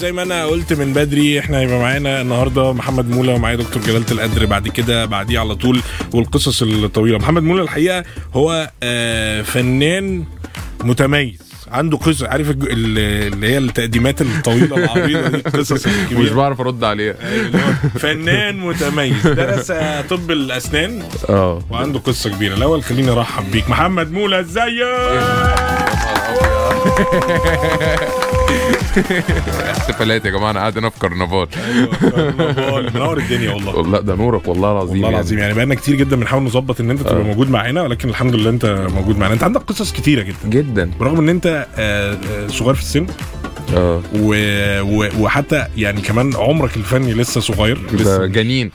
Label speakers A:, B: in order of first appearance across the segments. A: زي ما انا قلت من بدري احنا هيبقى معانا النهارده محمد مولى ومعايا دكتور جلاله القدر بعد كده بعديه على طول والقصص الطويله محمد مولى الحقيقه هو آه، فنان متميز عنده قصص عارف الج- ال- اللي هي التقديمات الطويله العريضه دي القصص
B: مش
A: الكبيره
B: بعرف ارد عليها
A: اللي هو فنان متميز درس آه، طب الاسنان
B: اه
A: وعنده قصه كبيره الاول خليني ارحب بيك محمد مولى
B: إيه؟
A: أيوة، ازيك
B: احتفالات يا جماعه انا قاعد هنا في كرنفال
A: منور الدنيا والله
B: والله ده نورك والله العظيم
A: والله
B: يعني. آه.
A: العظيم يعني بقالنا كتير جدا بنحاول نظبط ان انت تبقى موجود معانا ولكن الحمد لله انت موجود معانا انت عندك قصص كتيره جدا
B: جدا
A: برغم ان انت آه، آه، صغير في السن
B: اه
A: و... و... وحتى يعني كمان عمرك الفني لسه صغير
B: ده
A: لسه
B: جنين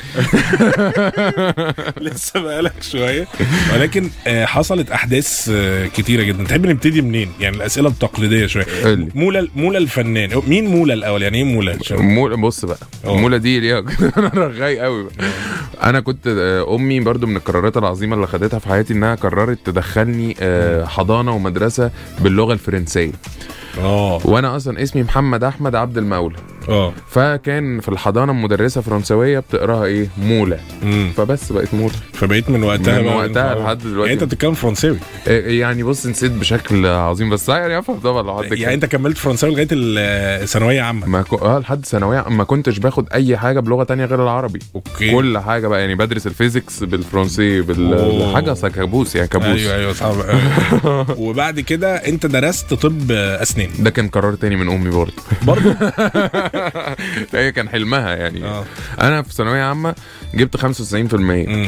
A: لسه بقالك شويه ولكن آه، حصلت احداث آه، كتيره جدا تحب نبتدي منين يعني الاسئله التقليديه شويه
B: قول لي.
A: مولا مولا الفنان مين مولا الاول يعني ايه مولا عشان-
B: مولى بص بقى
A: اه.
B: مولى دي ليها انا رغاي قوي بقى. انا كنت آه، امي برضو من القرارات العظيمه اللي خدتها في حياتي انها قررت تدخلني آه، حضانه ومدرسه باللغه الفرنسيه
A: اه
B: وانا اصلا اسمي محمد احمد عبد المولى
A: اه
B: فكان في الحضانه مدرسه فرنسويه بتقراها ايه مولى
A: مم.
B: فبس بقت مولى
A: فبقيت من وقتها
B: من
A: بقى-
B: وقتها لحد دلوقتي.
A: يعني انت بتتكلم فرنساوي
B: إيه يعني بص نسيت بشكل عظيم بس يعني افهم طبعا لو حد
A: يعني انت كملت فرنساوي لغايه ال- الثانويه عامه
B: ما ك... اه لحد ثانويه ما كنتش باخد اي حاجه بلغه تانية غير العربي
A: اوكي
B: كل حاجه بقى يعني بدرس الفيزيكس بالفرنسي
A: أوه.
B: بال... حاجه أصلاً كابوس يعني كابوس
A: ايوه ايوه صعب أوي. وبعد كده انت درست طب اسنان
B: ده كان قرار تاني من امي برضه
A: برضه
B: هي كان حلمها يعني
A: آه.
B: انا في ثانويه عامه جبت 95%
A: مم.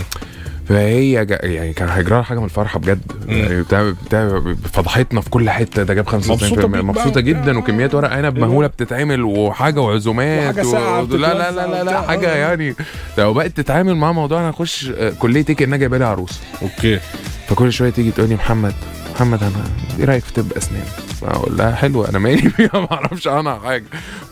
B: فهي جا... يعني كان هيجرى لها حاجه من الفرحه بجد يعني بتاع... بتاع... فضحتنا في كل حته ده جاب 95%
A: مبسوطة
B: مبسوطه,
A: بيك بقى
B: مبسوطة
A: وبتاع.
B: جدا وكميات ورق عنب مهوله بتتعمل وحاجه وعزومات
A: وحاجة ساقعة
B: و... لا لا
A: بتتوزع
B: لا لا,
A: وبتاع.
B: لا حاجه
A: آه.
B: يعني لو بقت تتعامل مع موضوع انا هخش آه، كليه ايه كانها جايبه لي عروسه
A: اوكي
B: فكل شويه تيجي تقول لي محمد محمد انا ايه رايك في طب اسنان؟ اقول لها حلو انا مالي فيها ما اعرفش عنها حاجه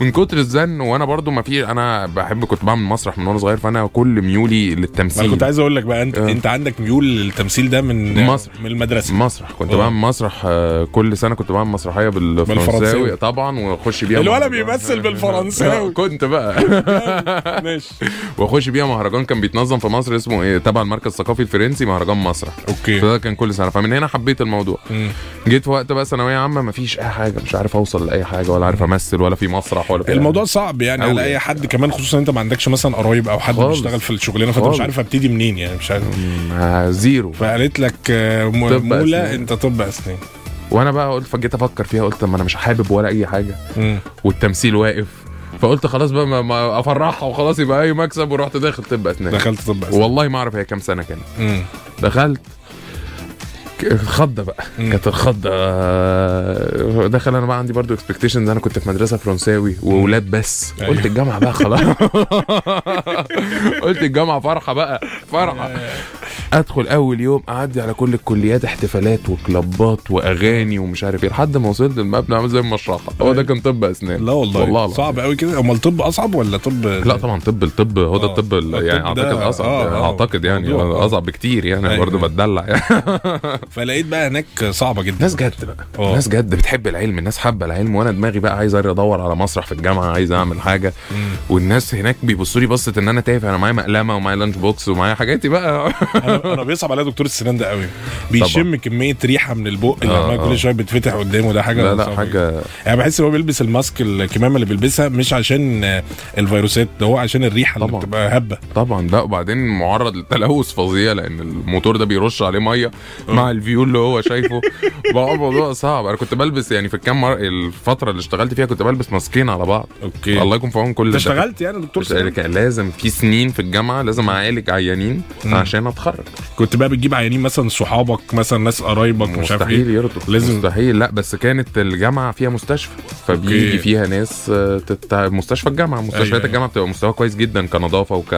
B: من كتر الزن وانا برضو ما في انا بحب كنت بعمل مسرح من وانا صغير فانا كل ميولي
A: ما انا
B: للتمثيل
A: كنت عايز اقول لك بقى انت
B: آه.
A: انت عندك ميول للتمثيل ده من
B: مصر.
A: من المدرسه
B: مسرح كنت
A: آه.
B: بعمل مسرح آه، كل سنه كنت بعمل مسرحيه
A: بالفرنساوي.
B: بالفرنساوي طبعا واخش بيها
A: الولد
B: مهرجان.
A: بيمثل بالفرنساوي.
B: آه، كنت بقى
A: ماشي
B: واخش بيها مهرجان كان بيتنظم في مصر اسمه ايه تبع المركز الثقافي الفرنسي مهرجان مسرح
A: اوكي
B: فده كان كل سنه فمن هنا حبيت الموضوع
A: إيه. مم.
B: جيت في وقت بقى ثانويه عامه مفيش اي حاجه مش عارف اوصل لاي حاجه ولا عارف امثل ولا في مسرح ولا في
A: الموضوع صعب يعني
B: أوي.
A: على اي حد كمان خصوصا انت ما عندكش مثلا قرايب او حد
B: خالص.
A: بيشتغل في الشغلانه فانت مش
B: خالص.
A: عارف ابتدي منين يعني مش عارف
B: آه، زيرو
A: فقالت لك آه، مو-
B: طب
A: مولا
B: أسنان.
A: انت طب اسنان
B: وانا بقى قلت فجيت افكر فيها قلت طب ما انا مش حابب ولا اي حاجه
A: مم.
B: والتمثيل واقف فقلت خلاص بقى ما- ما افرحها وخلاص يبقى اي مكسب ورحت داخل طب اسنان
A: دخلت طب اسنان
B: والله ما اعرف هي كام سنه كانت
A: مم.
B: دخلت ك- خضه بقى
A: مم.
B: كانت الخضه آه، دخل انا بقى عندي برضو اكسبكتيشنز انا كنت في مدرسه فرنساوي واولاد بس
A: أيوة.
B: قلت الجامعه بقى خلاص قلت الجامعه فرحه بقى فرحه ادخل اول يوم اعدي على كل الكليات احتفالات وكلابات واغاني ومش عارف ايه لحد ما وصلت المبنى عامل زي المشرحه هو ده كان طب اسنان
A: أيوه. لا والله,
B: والله العظيم.
A: صعب قوي كده امال طب اصعب ولا طب
B: لا طبعا طب الطب هو ده
A: آه.
B: الطب ال-
A: الطب
B: يعني
A: ده-
B: اعتقد اصعب
A: آه، آه.
B: اعتقد يعني
A: موضوع، آه.
B: اصعب بكتير يعني
A: أيوة.
B: برضه بتدلع يعني
A: فلقيت بقى هناك صعبه جدا
B: ناس جد بقى
A: آه.
B: ناس جد بتحب العلم الناس حابه العلم وانا دماغي بقى عايز أري ادور على مسرح في الجامعه عايز اعمل حاجه
A: مم.
B: والناس هناك بيبصوا لي بصه ان انا تافه انا معايا مقلمه ومعايا لانش بوكس ومعايا حاجاتي بقى
A: انا انا بيصعب عليا دكتور السنان ده قوي بيشم كميه ريحه من البق اللي
B: آه،
A: عمال
B: آه.
A: كل شويه بتفتح قدامه ده حاجه
B: لا لا
A: صعبة جداً.
B: حاجه
A: يعني بحس ان هو بيلبس الماسك الكمامه اللي بيلبسها مش عشان آه، الفيروسات ده هو عشان الريحه اللي
B: طبعاً.
A: بتبقى هبه
B: طبعا لا وبعدين معرض لتلوث فظيع لان الموتور ده بيرش عليه ميه
A: آه.
B: مع الفيو اللي هو شايفه بقى الموضوع صعب انا كنت بلبس يعني في الكام مر... الفتره اللي اشتغلت فيها كنت بلبس ماسكين على بعض
A: اوكي
B: الله يكون في عون كل
A: انت
B: ده.
A: اشتغلت يعني دكتور سنان
B: كان لازم في سنين في الجامعه لازم اعالج عيانين
A: مم.
B: عشان اتخرج
A: كنت بقى بتجيب عيانين مثلا صحابك مثلا ناس قرايبك مش عارف
B: مستحيل
A: ايه
B: يرضوا
A: لازم-
B: لازم مستحيل لا بس كانت الجامعه فيها مستشفى
A: أوكي.
B: فبيجي فيها ناس آه، تت... مستشفى الجامعه مستشفيات
A: أيوة.
B: الجامعه بتبقى مستوى كويس جدا كنظافه وك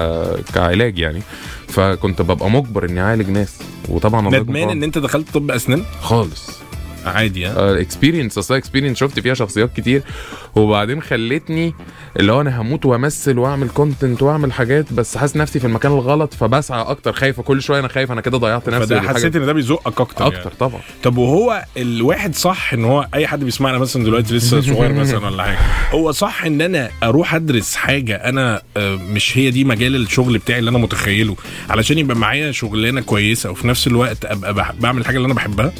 B: كعلاج يعني فكنت ببقى مجبر اني اعالج ناس وطبعا الله يكون في
A: ندمان ان
B: عونك.
A: انت دخلت طب اسنان
B: خالص
A: عادي يعني. ها
B: آه، اكسبيرينس اصلا اكسبيرينس شفت فيها شخصيات كتير وبعدين خلتني اللي هو انا هموت وامثل واعمل كونتنت واعمل حاجات بس حاسس نفسي في المكان الغلط فبسعى اكتر خايف كل شويه انا خايف انا كده ضيعت نفسي
A: فده
B: والحاجة-
A: حسيت ان ده بيزقك اكتر يعني.
B: اكتر طبعا
A: طب وهو الواحد صح ان هو اي حد بيسمعنا مثلا دلوقتي لسه صغير مثلا ولا حاجه هو صح ان انا اروح ادرس حاجه انا آه، مش هي دي مجال الشغل بتاعي اللي انا متخيله علشان يبقى معايا شغلانه كويسه وفي نفس الوقت ابقى بح- بعمل الحاجه اللي انا بحبها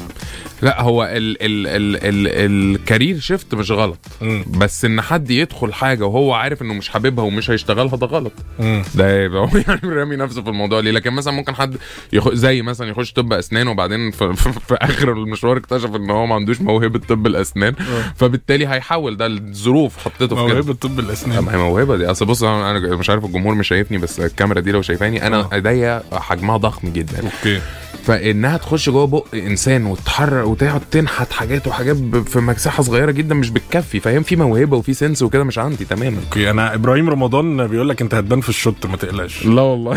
B: لا هو ال ال ال ال الكارير شيفت مش غلط بس ان حد يدخل حاجه وهو عارف انه مش حاببها ومش هيشتغلها ده غلط ده يبقى هو يعني رامي نفسه في الموضوع ليه لكن مثلا ممكن حد يخ... زي مثلا يخش طب اسنان وبعدين في, في, في اخر المشوار اكتشف ان هو ما عندوش موهبه طب الاسنان فبالتالي هيحول ده الظروف حطيته في كده
A: موهبه طب الاسنان
B: طب ما هي موهبه دي اصل بص انا أنا مش عارف الجمهور مش شايفني بس الكاميرا دي لو شايفاني انا ايديا حجمها ضخم جدا
A: اوكي
B: فانها تخش جوه بق انسان وتتحرك وتقعد تنحت حاجات وحاجات ب- في مساحه صغيره جدا مش بتكفي فاهم في موهبه وفي سنس وكده مش عندي تماما
A: اوكي انا ابراهيم رمضان بيقول لك انت هتبان في الشوت ما تقلقش
B: لا والله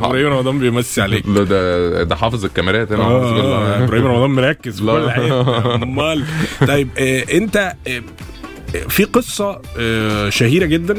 A: ابراهيم رمضان بيمسي عليك
B: ده ده, ده حافظ الكاميرات انا حافظ كل-
A: آه، ابراهيم رمضان مركز في
B: لا.
A: كل حته امال طيب آه، انت آه، في قصه آه، شهيره جدا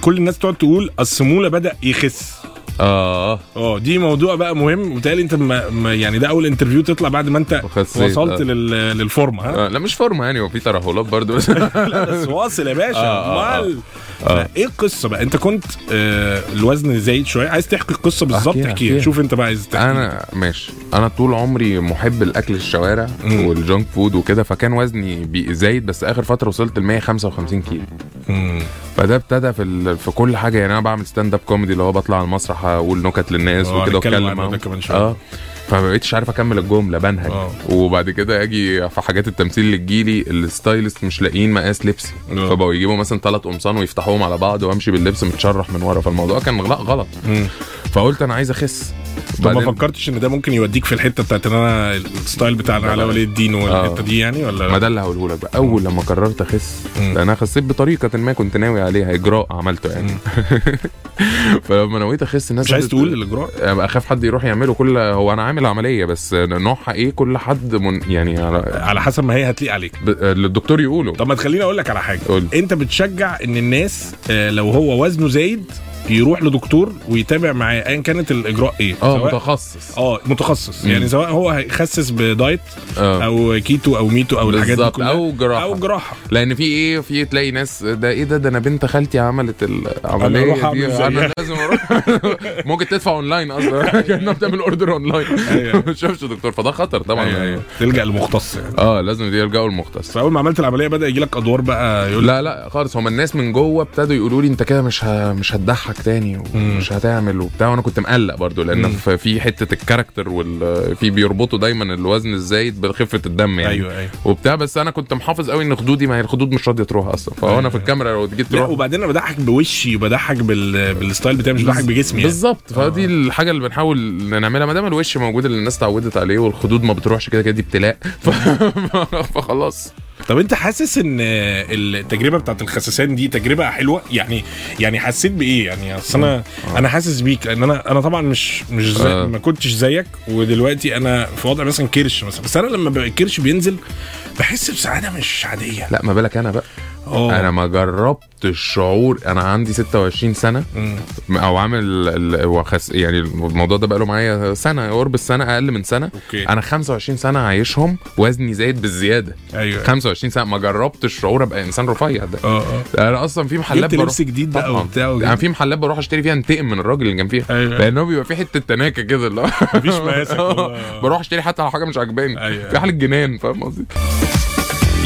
A: كل الناس تقعد تقول الصموله بدا يخس
B: اه
A: اه دي موضوع بقى مهم وبالتالي انت ما ما- يعني ده اول انترفيو تطلع بعد ما انت
B: خسيت،
A: وصلت
B: آه.
A: لل- للفورمه ها
B: آه، لا مش فورمه يعني وفي ترهلات برضو
A: لا بس واصل يا باشا
B: آه، آه،
A: امال
B: آه.
A: ايه القصه بقى انت كنت آه، الوزن زايد شويه عايز تحكي القصه بالظبط
B: أحكيها،
A: احكيها
B: أحكيها.
A: شوف انت بقى عايز تحكي
B: انا ماشي انا طول عمري محب الاكل الشوارع والجانك فود وكده فكان وزني بي- زايد بس اخر فتره وصلت ل 155 كيلو
A: مم.
B: فده ابتدى في ال... في كل حاجه يعني انا بعمل ستاند اب كوميدي اللي هو بطلع على المسرح اقول نكت للناس
A: آه،
B: وكده
A: هنتكلم عن ده
B: واتكلم معاهم.
A: كمان شوية.
B: اه فما بقتش عارف اكمل الجمله بنهج
A: آه.
B: وبعد كده اجي في حاجات التمثيل اللي تجيلي الستايلست مش لاقيين مقاس لبسي
A: آه.
B: فبقوا يجيبوا مثلا ثلاث قمصان ويفتحوهم على بعض وامشي باللبس متشرح من ورا فالموضوع كان لا غلط فقلت انا عايز اخس
A: طب ما
B: بعدين-
A: فكرتش ان ده ممكن يوديك في الحته بتاعت ان انا الستايل بتاع
B: آه.
A: علاء ولي الدين والحته دي يعني ولا
B: ما ده اللي هقوله لك بقى اول لما قررت اخس
A: مم.
B: لان انا خسيت بطريقه ما كنت ناوي عليها اجراء عملته يعني فلما نويت اخس الناس
A: مش عايز
B: قعدت-
A: تقول الاجراء
B: أبقى اخاف حد يروح يعمله كل هو انا عامل عمليه بس نوعها ايه كل حد من يعني على...
A: على حسب ما هي هتليق عليك
B: ب... الدكتور يقوله
A: طب ما تخليني اقول لك على حاجه
B: قول.
A: انت بتشجع ان الناس آه، لو هو وزنه زايد يروح لدكتور ويتابع معاه ايا كانت الاجراء ايه
B: اه
A: سواء-
B: متخصص
A: اه متخصص
B: مم.
A: يعني سواء هو هيخسس بدايت
B: آه.
A: او كيتو او ميتو او الحاجات دي
B: بالظبط،
A: كلها
B: أو جراحة.
A: او جراحه
B: لان في ايه في تلاقي ناس ده ايه ده ده انا بنت خالتي عملت
A: أنا
B: العمليه
A: أروح أعمل
B: دي
A: زيها.
B: انا لازم اروح ممكن تدفع اونلاين اصلا كانها بتعمل اوردر اونلاين
A: أيوة.
B: ما تشوفش دكتور فده خطر طبعا
A: تلجا يعني لمختص يعني
B: اه لازم دي يلجأوا للمختص
A: فاول ما عملت العمليه بدا يجي لك ادوار بقى يقول
B: لا لا خالص هما الناس من جوه ابتدوا يقولوا لي انت كده مش ه... مش هتضحك تاني ومش هتعمل وبتاع وانا كنت مقلق برضو لان ف- في حته الكاركتر وال... في بيربطوا دايما الوزن الزايد بخفه الدم يعني
A: أيوة، أيوة.
B: وبتاع بس انا كنت محافظ قوي ان خدودي ما هي الخدود مش راضيه تروح اصلا فهو انا في الكاميرا لو جيت
A: أيوة. لا
B: تروح
A: وبعدين انا بضحك بوشي وبضحك بال... بالستايل بتاعي مش بضحك بجسمي يعني.
B: بالظبط فدي الحاجه اللي بنحاول نعملها ما دام الوش موجود اللي الناس اتعودت عليه والخدود ما بتروحش كده كده دي ابتلاء ف... فخلاص
A: طب انت حاسس ان التجربه بتاعت الخسسان دي تجربه حلوه يعني يعني حسيت بايه يعني اصل انا انا حاسس بيك لان انا انا طبعا مش مش زي
B: آه.
A: ما كنتش زيك ودلوقتي انا في وضع مثلا كرش مثلا بس انا لما بقى الكرش بينزل بحس بسعاده مش عاديه
B: لا ما بالك انا بقى
A: اه
B: انا ما جربت الشعور انا عندي 26 سنه
A: مم.
B: او عامل ال- وخس يعني الموضوع ده بقاله معايا سنه قرب السنه اقل من سنه
A: أوكي.
B: انا 25 سنه عايشهم وزني زايد بالزياده
A: ايوه
B: 25 سنه ما جربت الشعور ابقى انسان رفيع ده
A: اه اه
B: انا اصلا في محلات
A: جبت
B: بروح-
A: لبس جديد بقى
B: طبعاً. يعني
A: وبتاع وجبت-
B: انا في محلات بروح اشتري فيها انتقم من الراجل اللي كان فيها
A: أيوة.
B: لانه بيبقى في حته تناكه كده اللي هو
A: مفيش مقاسك والله.
B: بروح اشتري حتى لو حاجه مش عجباني
A: أيوة.
B: في حاله جنان فاهم قصدي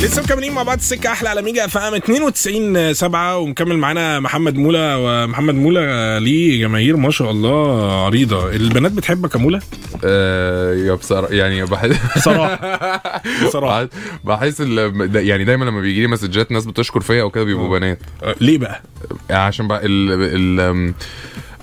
A: لسه مكملين مع بعض السكه احلى على ميجا اف ام 92 7 آه، ومكمل معانا محمد مولا ومحمد مولا ليه جماهير ما شاء الله عريضه البنات بتحبك يا مولا
B: آه يا بصراحه يعني بحس
A: صراحه صراحه
B: بحس- بحس ال- دا- يعني دايما لما بيجي لي مسجات
A: آه.
B: ناس بتشكر فيا او كده بيبقوا بنات
A: أه، ليه بقى
B: عشان بقى ال ال أم-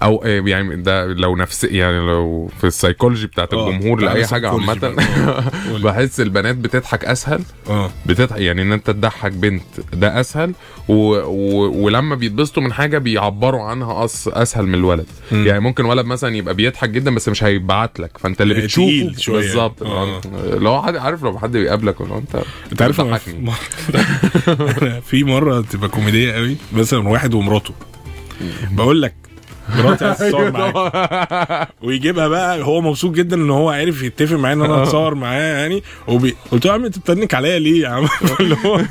B: او آه، يعني ده لو نفس يعني لو في السيكولوجي بتاعت
A: آه،
B: الجمهور
A: تعالى
B: لاي حاجه
A: psychology
B: عامه
A: بقى. قول.
B: بحس البنات بتضحك اسهل
A: اه
B: بتضحك يعني ان انت تضحك بنت ده اسهل و... و... ولما بيتبسطوا من حاجه بيعبروا عنها أس... اسهل من الولد
A: مم.
B: م. يعني ممكن ولد مثلا يبقى بيضحك جدا بس مش هيبعت لك فانت اللي
A: يعني تقيل
B: بتشوفه
A: شوية.
B: بالظبط يعني
A: آه.
B: لو حد عارف لو حد بيقابلك ولا انت
A: انت عارف أنا في
B: بتضحكني.
A: مرة- في مره تبقى كوميديه قوي مثلا واحد ومراته بقول لك مراتي عايز تتصور معاك ويجيبها بقى هو مبسوط جدا ان هو عارف يتفق معايا ان انا اتصور معاه يعني وبي... قلت له يا عم انت بتتنك عليا ليه يا عم اللي هو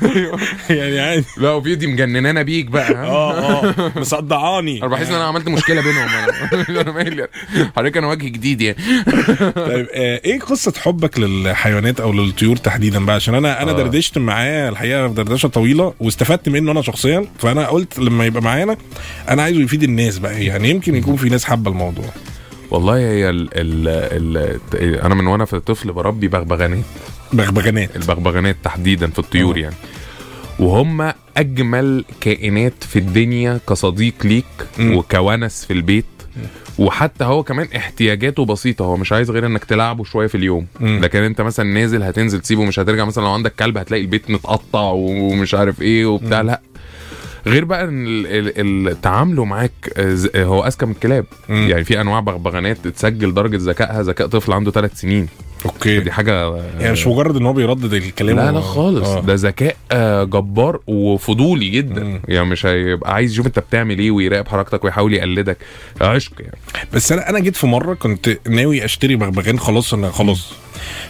A: يعني عادي
B: لا وفي دي مجننانا بيك بقى ها؟
A: اه اه مصدعاني
B: انا بحس ان انا عملت مشكله بينهم انا انا مالي يعني. حضرتك انا وجه جديد يعني
A: طيب آه، ايه قصه حبك للحيوانات او للطيور تحديدا بقى عشان انا انا
B: آه.
A: دردشت معاه الحقيقه دردشه طويله واستفدت منه انا شخصيا فانا قلت لما يبقى معانا انا عايزه يفيد الناس بقى يعني يمكن يكون في ناس حابه الموضوع
B: والله هي ال ال ال انا من وانا في طفل بربي بغبغانات
A: بغبغانات
B: البغبغانات تحديدا في الطيور
A: آه.
B: يعني وهم اجمل كائنات في الدنيا كصديق ليك
A: مم.
B: وكونس في البيت وحتى هو كمان احتياجاته بسيطه هو مش عايز غير انك تلعبه شويه في اليوم
A: مم.
B: لكن انت مثلا نازل هتنزل تسيبه مش هترجع مثلا لو عندك كلب هتلاقي البيت متقطع ومش عارف ايه وبتاع لا غير بقى ان ال- ال- ال- تعامله معاك آه، ز- آه، هو اذكى من الكلاب
A: مم.
B: يعني في انواع بغبغانات تسجل درجه ذكائها ذكاء طفل عنده ثلاث سنين
A: اوكي
B: دي حاجه آه،
A: يعني مش مجرد ان هو بيردد الكلام
B: لا
A: و-
B: لا خالص
A: آه.
B: ده ذكاء آه، جبار وفضولي جدا
A: مم.
B: يعني مش هيبقى عايز يشوف انت بتعمل ايه ويراقب حركتك ويحاول يقلدك عشق يعني
A: بس انا انا جيت في مره كنت ناوي اشتري بغبغان خلاص انا خلاص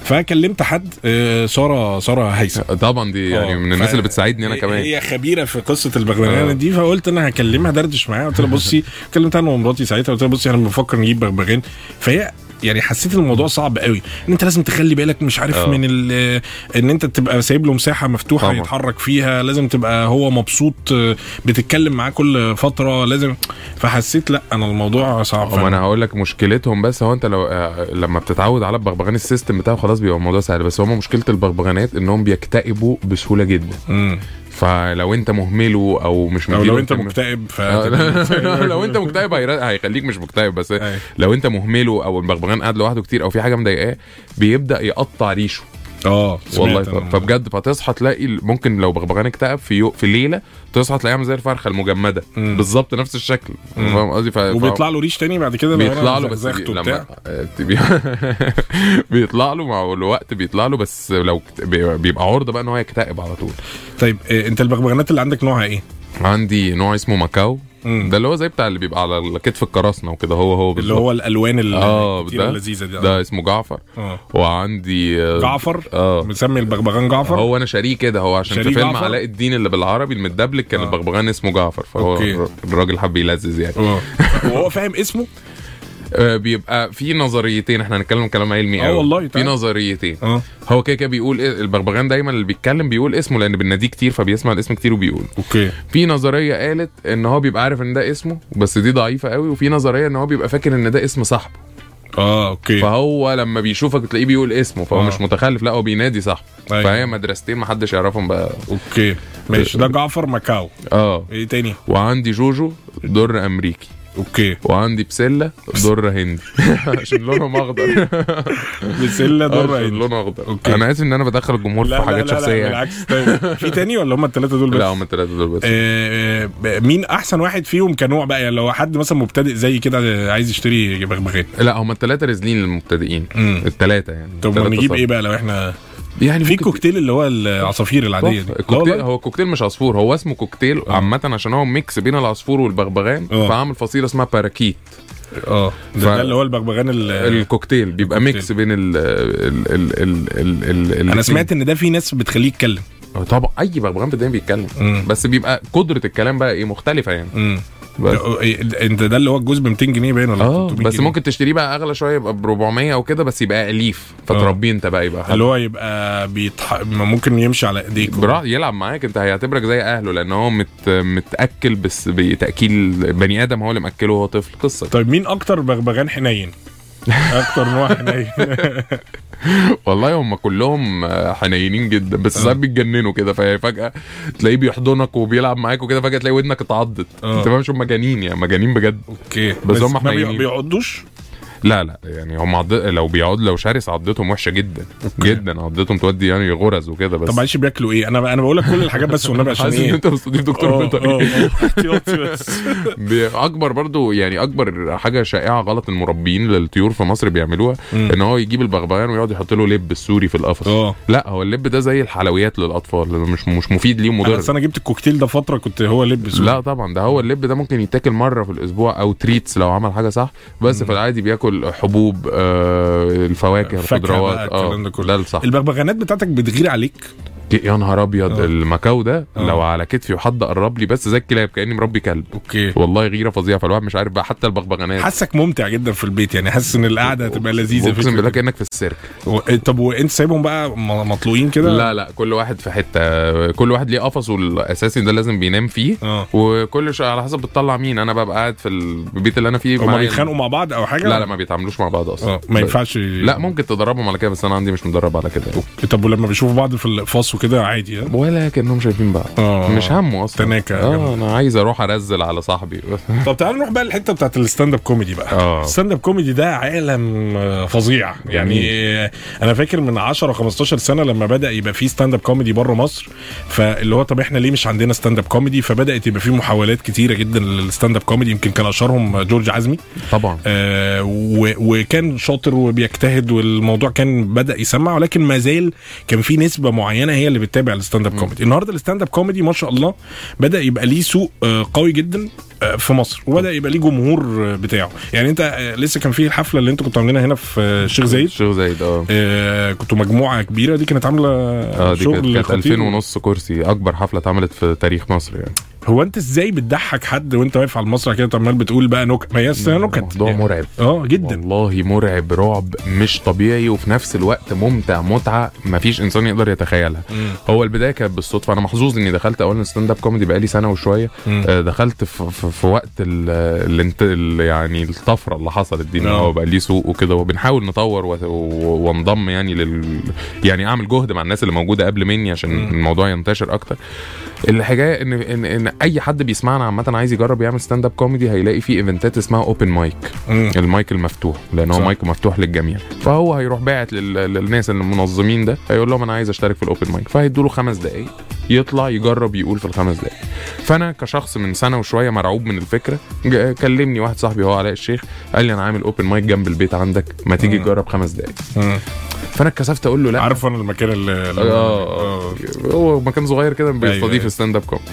A: فكلمت حد آه، ساره ساره هيثم
B: طبعا دي يعني
A: آه،
B: من الناس
A: ف-
B: اللي بتساعدني انا كمان
A: هي خبيره في قصه البغبغانه
B: آه.
A: دي فقلت انا هكلمها دردش معاها قلت لها بصي كلمت انا ومراتي ساعتها قلت لها بصي انا بفكر نجيب بغبغان فهي يعني حسيت ان الموضوع صعب قوي ان انت لازم تخلي بالك مش عارف
B: آه.
A: من ال- ان انت تبقى سايب له مساحه مفتوحه
B: طبعا.
A: يتحرك فيها لازم تبقى هو مبسوط آه، بتتكلم معاه كل فتره لازم فحسيت لا انا الموضوع صعب
B: هو انا هقول لك مشكلتهم بس هو انت لو آه، لما بتتعود على البغبغان السيستم بتاعه خلاص بيبقى الموضوع سهل بس هم مشكله البغبغانات انهم بيكتئبوا بسهوله جدا
A: مم.
B: فلو انت مهمله او مش
A: لو, لو
B: مديله
A: انت
B: اهتمام-
A: مكتئب ف
B: آه، لا، لو انت مكتئب هيرا- هيخليك مش مكتئب بس
A: أي.
B: لو انت مهمله او البغبغان قاعد لوحده كتير او في حاجه مضايقاه بيبدا يقطع ريشه
A: اه
B: والله
A: سمعت أنا.
B: ف- فبجد فتصحى تلاقي ال- ممكن لو بغبغان اكتئب في يو في ليله تصحى تلاقيه عامل زي الفرخه المجمده
A: مم.
B: بالظبط نفس الشكل
A: مم.
B: فاهم قصدي ف- ف-
A: وبيطلع له ريش تاني بعد كده لو أنا
B: بيطلع له بس بي...
A: زغزغته وبتاع.
B: لما آه، بي... بيطلع له مع الوقت بيطلع له بس لو كت- بي- بيبقى عرضه بقى ان هو يكتئب على طول
A: طيب آه، انت البغبغانات اللي عندك نوعها ايه؟
B: عندي نوع اسمه ماكاو
A: مم.
B: ده اللي هو زي بتاع اللي بيبقى على كتف الكراسنه وكده هو هو
A: اللي
B: بالظبط.
A: هو الالوان ال-
B: آه،
A: الكتيرة
B: ده-
A: اللذيذه يعني دي
B: ده اسمه جعفر
A: اه
B: وعندي آه،
A: جعفر
B: اه
A: مسمي البغبغان جعفر
B: هو انا شاريه كده هو عشان في
A: شاريه
B: فيلم
A: جعفر؟
B: علاء الدين اللي بالعربي المدبلج كان
A: آه.
B: البغبغان اسمه جعفر فهو
A: أوكي.
B: الر- الراجل حب يلذذ يعني
A: اه وهو فاهم اسمه
B: آه بيبقى في نظريتين احنا هنتكلم كلام علمي
A: آه
B: أوي.
A: والله،
B: في
A: تعال.
B: نظريتين
A: اه
B: هو كده كده بيقول إيه البغبغان دايما اللي بيتكلم بيقول اسمه لان بناديه كتير فبيسمع الاسم كتير وبيقول
A: اوكي
B: في نظريه قالت ان هو بيبقى عارف ان ده اسمه بس دي ضعيفه قوي وفي نظريه ان هو بيبقى فاكر ان ده اسم صاحبه
A: اه اوكي
B: فهو لما بيشوفك بتلاقيه بيقول اسمه فهو
A: آه.
B: مش متخلف لا هو بينادي صاحبه
A: أيوة.
B: فهي مدرستين محدش يعرفهم بقى
A: اوكي ماشي
B: آه.
A: ده جعفر ماكاو
B: اه
A: ايه تاني؟
B: وعندي جوجو در امريكي
A: اوكي
B: وعندي بسله در هندي عشان لونهم اخضر
A: بسله
B: آه،
A: دور
B: عشان
A: عيني.
B: لونهم اخضر
A: أوكي.
B: أوكي. انا اسف ان انا بدخل الجمهور
A: لا
B: في
A: لا
B: حاجات
A: لا
B: شخصيه
A: لا
B: يعني.
A: بالعكس طيب. في تاني ولا هم الثلاثه دول بس؟
B: لا هم الثلاثه دول بس
A: آه، آه، مين احسن واحد فيهم كنوع بقى يعني لو حد مثلا مبتدئ زي كده عايز يشتري بغبغان
B: لا هم الثلاثه نازلين للمبتدئين
A: إيه؟ مم.
B: الثلاثه يعني
A: طب
B: التلاتة
A: نجيب
B: صعب.
A: ايه بقى لو احنا
B: يعني
A: في
B: ممكن
A: كوكتيل اللي هو العصافير العاديه دي
B: تحفة.
A: لا
B: الكوكتيل
A: والله.
B: هو الكوكتيل مش عصفور هو اسمه كوكتيل عامه عشان هو ميكس بين العصفور والبغبغان
A: آه.
B: فعمل فصيله اسمها باراكيت
A: اه ده,
B: ف-
A: ده اللي هو البغبغان ال
B: الكوكتيل بيبقى
A: آه، الكوكتيل.
B: ميكس بين ال ال ال ال ال ال آه،
A: انا
B: الاتنين.
A: سمعت ان ده في ناس بتخليه يتكلم
B: هو طبعا اي بغبغان في الدنيا بيتكلم
A: مم.
B: بس بيبقى قدره الكلام بقى ايه مختلفه يعني
A: امم
B: بس
A: انت ده اللي هو الجزء ب 200 جنيه باين ولا
B: اه
A: 300
B: بس
A: جنيه.
B: ممكن تشتريه بقى اغلى شويه يبقى ب 400 او كده بس يبقى اليف
A: آه.
B: فتربيه انت بقى يبقى حد.
A: اللي هو يبقى بيتح... ممكن يمشي على ايديك
B: برا يلعب معاك انت هيعتبرك زي اهله لان هو مت... متاكل بس بتاكيل بني ادم هو اللي ماكله وهو طفل قصه
A: طيب مين اكتر بغبغان حنين اكتر نوع حنين
B: والله هم كلهم آه، حنينين جدا بس
A: آه.
B: ساعات بيتجننوا كده فهي فجاه تلاقيه بيحضنك وبيلعب معاك وكده فجاه تلاقي ودنك اتعضت
A: آه.
B: انت فاهم هم مجانين يعني مجانين بجد
A: اوكي
B: بس هم
A: ما بي-
B: حنينين.
A: بيعضوش
B: لا لا يعني هم عض... لو بيقعد لو شرس عضتهم وحشه جدا جدا عضتهم تودي يعني غرز وكده بس
A: طب معلش بياكلوا ايه انا انا بقول لك كل الحاجات بس والنبي عشان
B: حاسس ان
A: ايه
B: انت إيه؟ مستضيف دكتور
A: آه، آه،
B: بيطري
A: آه. احتياطي بس
B: بي- اكبر برضو يعني اكبر حاجه شائعه غلط المربيين للطيور في مصر بيعملوها ان هو يجيب البغبغان ويقعد يحط له لب السوري في القفص
A: اه.
B: لا هو اللب ده زي الحلويات للاطفال اللي مش مش مفيد ليهم
A: انا
B: مضر
A: أصل انا جبت الكوكتيل ده فتره كنت هو لبس
B: لا طبعا ده هو اللب ده ممكن يتاكل مره في الاسبوع او تريتس لو عمل حاجه صح بس في العادي بياكل حبوب آه الفواكه
A: فاكهة
B: الخضروات
A: بقى، الكلام ده كله.
B: ده الصح
A: البغبغانات بتاعتك بتغير عليك
B: يا نهار ابيض
A: اه.
B: المكاو ده
A: اه.
B: لو على كتفي وحد قرب لي بس زي الكلاب كاني مربي كلب
A: اوكي
B: والله غيره فظيعه فالواحد مش عارف بقى حتى البغبغانات
A: حاسك ممتع جدا في البيت يعني حاسس ان القعده هتبقى لذيذه
B: اقسم
A: فكرة.
B: بالله كانك في السيرك
A: و... طب وانت سايبهم بقى م- مطلوقين كده
B: لا لا كل واحد في حته كل واحد ليه قفصه الاساسي ده لازم بينام فيه
A: اه
B: وكل شيء على حسب بتطلع مين انا ببقى قاعد في البيت اللي انا فيه
A: هما
B: معايا-
A: بيتخانقوا مع بعض او حاجه
B: لا لا ما بيتعاملوش مع بعض اصلا
A: اه ما ينفعش
B: لا ممكن تدربهم على كده بس انا عندي مش مدرب على كده
A: طب ولما بيشوفوا بعض في الاقفاص وكده عادي يعني. ها؟
B: ولا كانهم شايفين بعض
A: اه
B: مش همه اصلا
A: تناكة يا
B: اه
A: جماعة.
B: انا عايز اروح ارزل على صاحبي
A: طب تعال نروح بقى الحته بتاعت الستاند اب كوميدي بقى
B: اه
A: الستاند اب كوميدي ده عالم آه، فظيع يعني آه، انا فاكر من 10 15 سنه لما بدا يبقى فيه ستاند اب كوميدي بره مصر فاللي هو طب احنا ليه مش عندنا ستاند اب كوميدي فبدات يبقى فيه محاولات كتيره جدا للستاند اب كوميدي يمكن كان اشهرهم جورج عزمي
B: طبعا
A: آه، و- وكان شاطر وبيجتهد والموضوع كان بدا يسمع ولكن ما زال كان في نسبه معينه هي اللي بتتابع الستاند اب كوميدي النهارده الستاند اب كوميدي ما شاء الله بدا يبقى ليه سوق آه، قوي جدا آه، في مصر وبدا يبقى ليه جمهور آه، بتاعه يعني انت آه، لسه كان في الحفله اللي انتوا كنتوا عاملينها هنا في آه، الشيخ زايد
B: شيخ زايد اه
A: آه، كنتوا مجموعه كبيره دي كانت عامله
B: اه
A: آه،
B: دي كانت-
A: شغل
B: كانت
A: خطير.
B: 2000 ونص كرسي اكبر حفله اتعملت في تاريخ مصر يعني
A: هو انت ازاي بتضحك حد وانت واقف على المسرح كده عمال بتقول بقى نكت ما هي أصل نكت
B: الموضوع
A: يعني.
B: مرعب
A: اه جدا
B: والله مرعب رعب مش طبيعي وفي نفس الوقت ممتع متعه مفيش انسان يقدر يتخيلها
A: مم.
B: هو البدايه كانت بالصدفه انا محظوظ اني دخلت اولا ستاند اب كوميدي بقالي سنه وشويه
A: مم.
B: آه، دخلت في, في, في وقت ال ال ال يعني الطفره اللي حصلت دي ان
A: آه.
B: هو بقى ليه سوق وكده وبنحاول نطور و- و- وانضم يعني لل يعني اعمل جهد مع الناس اللي موجوده قبل مني عشان
A: مم.
B: الموضوع ينتشر اكتر الحكايه ان ان, إن اي حد بيسمعنا عامه عايز يجرب يعمل ستاند اب كوميدي هيلاقي فيه ايفنتات اسمها اوبن مايك
A: مم.
B: المايك المفتوح لان
A: صح.
B: هو مايك مفتوح للجميع فهو هيروح باعت لل... للناس المنظمين ده هيقول لهم انا عايز اشترك في الاوبن مايك فهيدوا له خمس دقائق يطلع يجرب يقول في الخمس دقائق فانا كشخص من سنه وشويه مرعوب من الفكره ج- كلمني واحد صاحبي هو علاء الشيخ قال لي انا عامل اوبن مايك جنب البيت عندك ما تيجي تجرب خمس دقائق
A: مم.
B: فانا اتكسفت اقول له لا
A: عارف انا المكان اللي اللي- آه.
B: اه هو مكان صغير كده
A: أيوة، أيوة.
B: بيستضيف ستاند اب كوميدي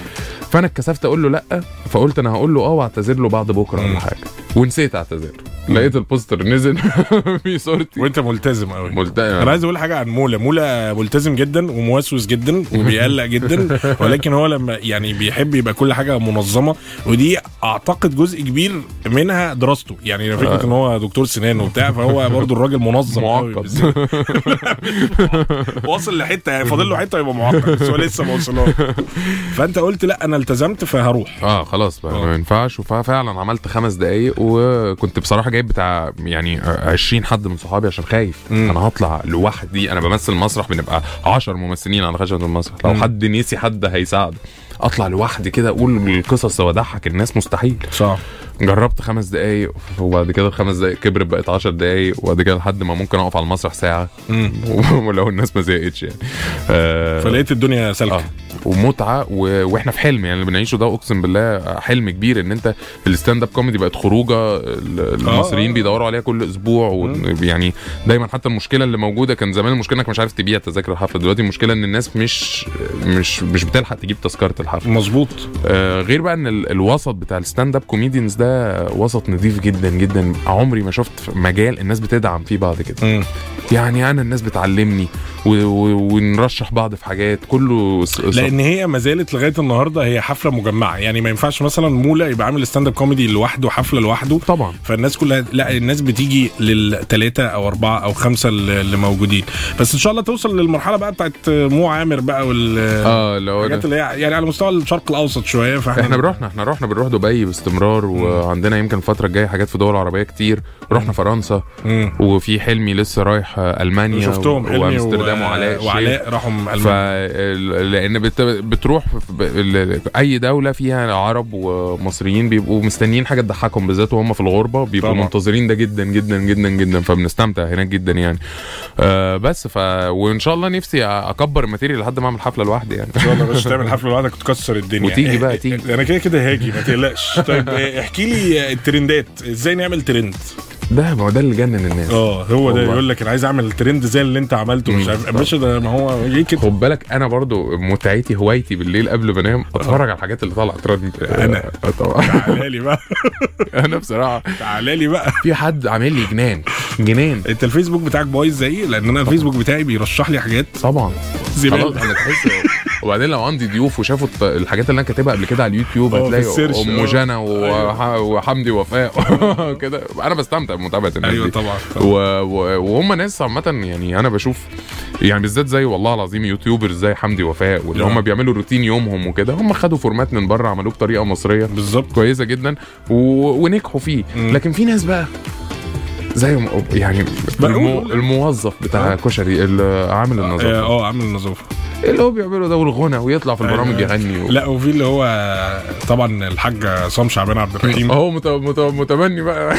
B: فانا اتكسفت اقول له لا فقلت انا هقول له اه واعتذر له بعد بكره
A: مم.
B: ولا حاجه ونسيت اعتذر لقيت البوستر نزل في صورتي
A: وانت ملتزم قوي انا
B: ملتقى
A: عايز اقول حاجه عن مولا مولا ملتزم جدا وموسوس جدا وبيقلق جدا ولكن هو لما يعني بيحب يبقى كل حاجه منظمه ودي اعتقد جزء كبير منها دراسته يعني فكره ان هو دكتور سنان وبتاع فهو برضو الراجل منظم قوي
B: معقد
A: بالذات. واصل لحته يعني فاضل له حته يبقى معقد بس هو لسه ما وصلهاش فانت قلت لا انا التزمت فهروح
B: اه خلاص بقى
A: آه.
B: ما ينفعش ففعلا عملت خمس دقايق وكنت بصراحه جايب بتاع يعني 20 حد من صحابي عشان خايف
A: مم.
B: انا هطلع لوحدي انا بمثل مسرح بنبقى 10 ممثلين على خشبه المسرح لو
A: مم.
B: حد نسي حد هيساعده اطلع لوحدي كده اقول القصص واضحك الناس مستحيل
A: صح
B: جربت خمس دقايق وبعد كده الخمس دقايق كبرت بقت 10 دقايق وبعد كده لحد ما ممكن اقف على المسرح ساعه ولو الناس ما زهقتش يعني آه،
A: فلقيت الدنيا سالكه
B: اه ومتعه و... واحنا في حلم يعني اللي بنعيشه ده اقسم بالله حلم كبير ان انت الستاند اب كوميدي بقت خروجه ال- المصريين
A: آه.
B: بيدوروا عليها كل اسبوع ويعني دايما حتى المشكله اللي موجوده كان زمان المشكله انك مش عارف تبيع تذاكر الحفله دلوقتي المشكله ان الناس مش مش مش بتلحق تجيب تذكره الحفله
A: مظبوط
B: آه، غير بقى ان ال- الوسط بتاع الستاند اب كوميديانز ده وسط نضيف جدا جدا عمري ما شفت في مجال الناس بتدعم فيه بعض كده
A: مم.
B: يعني انا الناس بتعلمني و... و... ونرشح بعض في حاجات كله س-
A: لا ان هي ما زالت لغايه النهارده هي حفله مجمعه يعني ما ينفعش مثلا مولا يبقى عامل ستاند اب كوميدي لوحده حفله لوحده
B: طبعا
A: فالناس كلها لا الناس بتيجي للثلاثه او اربعه او خمسه اللي اللي موجودين بس ان شاء الله توصل للمرحله بقى بتاعت مو عامر بقى والحاجات
B: اه لو ده.
A: اللي هي يعني على مستوى الشرق الاوسط شويه فاحنا
B: احنا رحنا احنا رحنا بنروح دبي باستمرار وعندنا يمكن الفتره الجايه حاجات في دول عربيه كتير رحنا فرنسا
A: مم.
B: وفي حلمي لسه رايح آه، المانيا
A: شفتهم
B: و-
A: حلمي
B: وامستردام
A: و-
B: وعلاء الشيخ.
A: وعلاء راحوا
B: ف
A: المانيا
B: لان بت... بتروح في- ب... ال- اي دوله فيها عرب ومصريين بيبقوا مستنيين حاجه تضحكهم بالذات وهم في الغربه بيبقوا
A: طبعا.
B: منتظرين ده جدا جدا جدا جدا فبنستمتع هناك جدا يعني آه بس ف وان شاء الله نفسي اكبر الماتيريال لحد ما اعمل حفله لوحدي يعني
A: ان شاء الله يا باشا تعمل حفله لوحدك وتكسر الدنيا
B: وتيجي بقى،
A: إيه-
B: تيجي.
A: إيه- انا كده كده هاجي ما تقلقش طيب إيه، احكي لي الترندات ازاي نعمل ترند
B: ده ما هو ده اللي جنن الناس
A: اه هو ده
B: والله.
A: يقول لك انا عايز اعمل ترند زي اللي انت عملته مش
B: مم.
A: عارف يا باشا ده ما هو ليه كده
B: خد بالك انا برضو متعتي هوايتي بالليل قبل ما انام اتفرج على الحاجات اللي طالعه ترند
A: أنا.
B: آه، طبعا
A: تعالى لي بقى
B: انا بصراحه
A: تعالى لي بقى
B: في حد عامل لي جنان جنان
A: انت الفيسبوك بتاعك بايظ زيي لان انا الفيسبوك بتاعي بيرشح لي حاجات
B: طبعا خلاص
A: زباله
B: انا تحس وبعدين لو عندي ضيوف وشافوا الط- الحاجات اللي انا كاتبها قبل كده على اليوتيوب
A: اه، في
B: هتلاقي
A: السيرش، اه.
B: ام جنى وح- وحمدي وفاء كده انا بستمتع بمتابعه الناس
A: ايوه
B: دي
A: طبعا
B: و... و... وهم ناس عامة يعني أنا بشوف يعني بالذات زي والله العظيم يوتيوبرز زي حمدي وفاء واللي
A: نعم.
B: هم بيعملوا روتين يومهم وكده هم خدوا فورمات من بره عملوه بطريقة مصرية
A: بالظبط
B: كويسة جدا و... ونجحوا فيه
A: مم.
B: لكن في ناس بقى زي م... يعني
A: بقول-
B: المو... الموظف بتاع
A: آه.
B: كشري اللي عامل
A: اه
B: النظافة
A: اه، عامل النظافه
B: اللي هو بيعمله ده والغنى ويطلع في البرامج
A: ايوه.
B: يغني و...
A: لا وفي اللي هو طبعا الحاج عصام شعبان عبد الرحيم
B: هو مت... مت... متمني بقى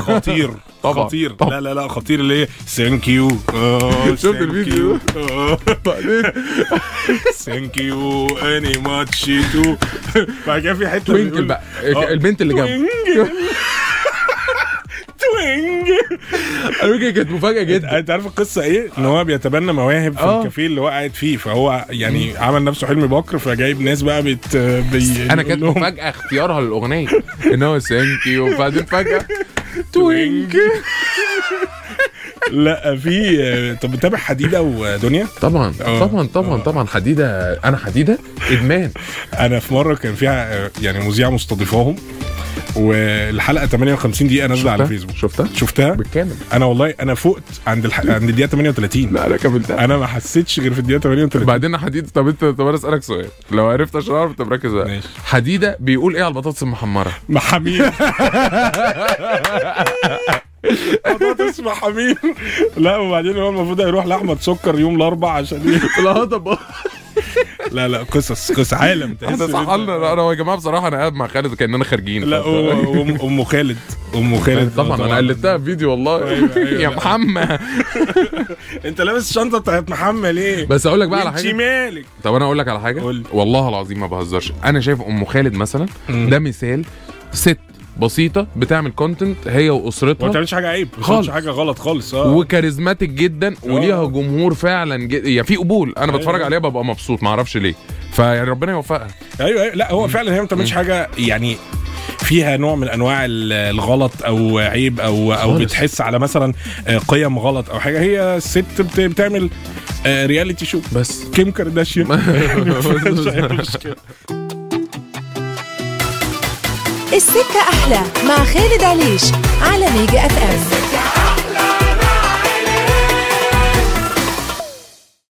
A: خطير
B: طبعا.
A: خطير لا
B: طبعا.
A: لا لا خطير اللي هي آه، ثانك يو
B: شفت الفيديو؟
A: آه، طيب. ثانك يو اني ماتش تو بعد كده في حته
B: توينكل
A: بيقول-
B: بقى
A: اه.
B: البنت اللي جنبه
A: توينكل توينكل
B: الويكند أيوة، كانت مفاجأة جدا
A: انت عارف القصه ايه؟ ان هو بيتبنى مواهب في
B: اه.
A: الكافيه اللي هو قاعد فيه فهو يعني عمل نفسه حلمي بكر فجايب ناس بقى بت بي
B: انا كانت
A: لهم
B: مفاجاه اختيارها للاغنيه ان هو ثانك يو وبعدين فجاه توينج
A: لا في آه، طب بتابع حديده ودنيا
B: طبعا
A: آه.
B: طبعا طبعا طبعا حديده انا حديده ادمان
A: انا في مره كان فيها آه، يعني مذيعه مستضيفاهم والحلقه 58 دقيقه نازله على فيسبوك
B: شفتها
A: شفتها
B: بالكامل
A: انا والله انا فقت عند الح... عند الدقيقه 38
B: لا انا كملتها
A: انا ما حسيتش غير في الدقيقه 38
B: آه. بعدين حديده طب انت طب انا اسالك سؤال لو عرفت عشان اعرف انت مركز ولا لا.
A: ماشي.
B: حديده بيقول ايه على البطاطس المحمره
A: محامين بطاطس محامين لا وبعدين هو المفروض هيروح لاحمد سكر يوم الاربع عشان
B: الهضبه
A: لا لا قصص قصص عالم تحس
B: احنا
A: إن أنت-
B: صحلنا انا يا جماعه بصراحه انا قاعد مع خالد كاننا خارجين
A: لا و- وام ام خالد ام خالد
B: طبعا انا قلدتها في فيديو والله
A: أيوة، أيوة،
B: يا
A: لا.
B: محمد
A: انت لابس الشنطه بتاعت محمد ليه؟
B: بس اقول لك بقى على
A: انت
B: حاجه
A: مالك
B: طب انا اقول لك على حاجه
A: قول.
B: والله العظيم ما بهزرش انا شايف ام خالد مثلا
A: مم.
B: ده مثال ست بسيطه بتعمل كونتنت هي
A: ما
B: واسرتها
A: بتعملش حاجه عيب ما
B: خالص.
A: بتعملش حاجه غلط خالص اه
B: وكاريزماتيك جدا وليها جمهور فعلا جدا يعني في قبول انا بتفرج
A: آه. أيوة.
B: عليها ببقى مبسوط ما اعرفش ليه فيعني ربنا يوفقها
A: ايوه ايوه لا هو فعلا هي ما بتعملش حاجه يعني فيها نوع من انواع ال- الغلط او عيب او او
B: خالص.
A: بتحس على مثلا آه، قيم غلط او حاجه هي الست بت- بتعمل آه، رياليتي شو
B: بس
A: كيم كارداشيان يعني مش عارف مش كده.
C: السكة أحلى مع خالد عليش على ميجا أف أم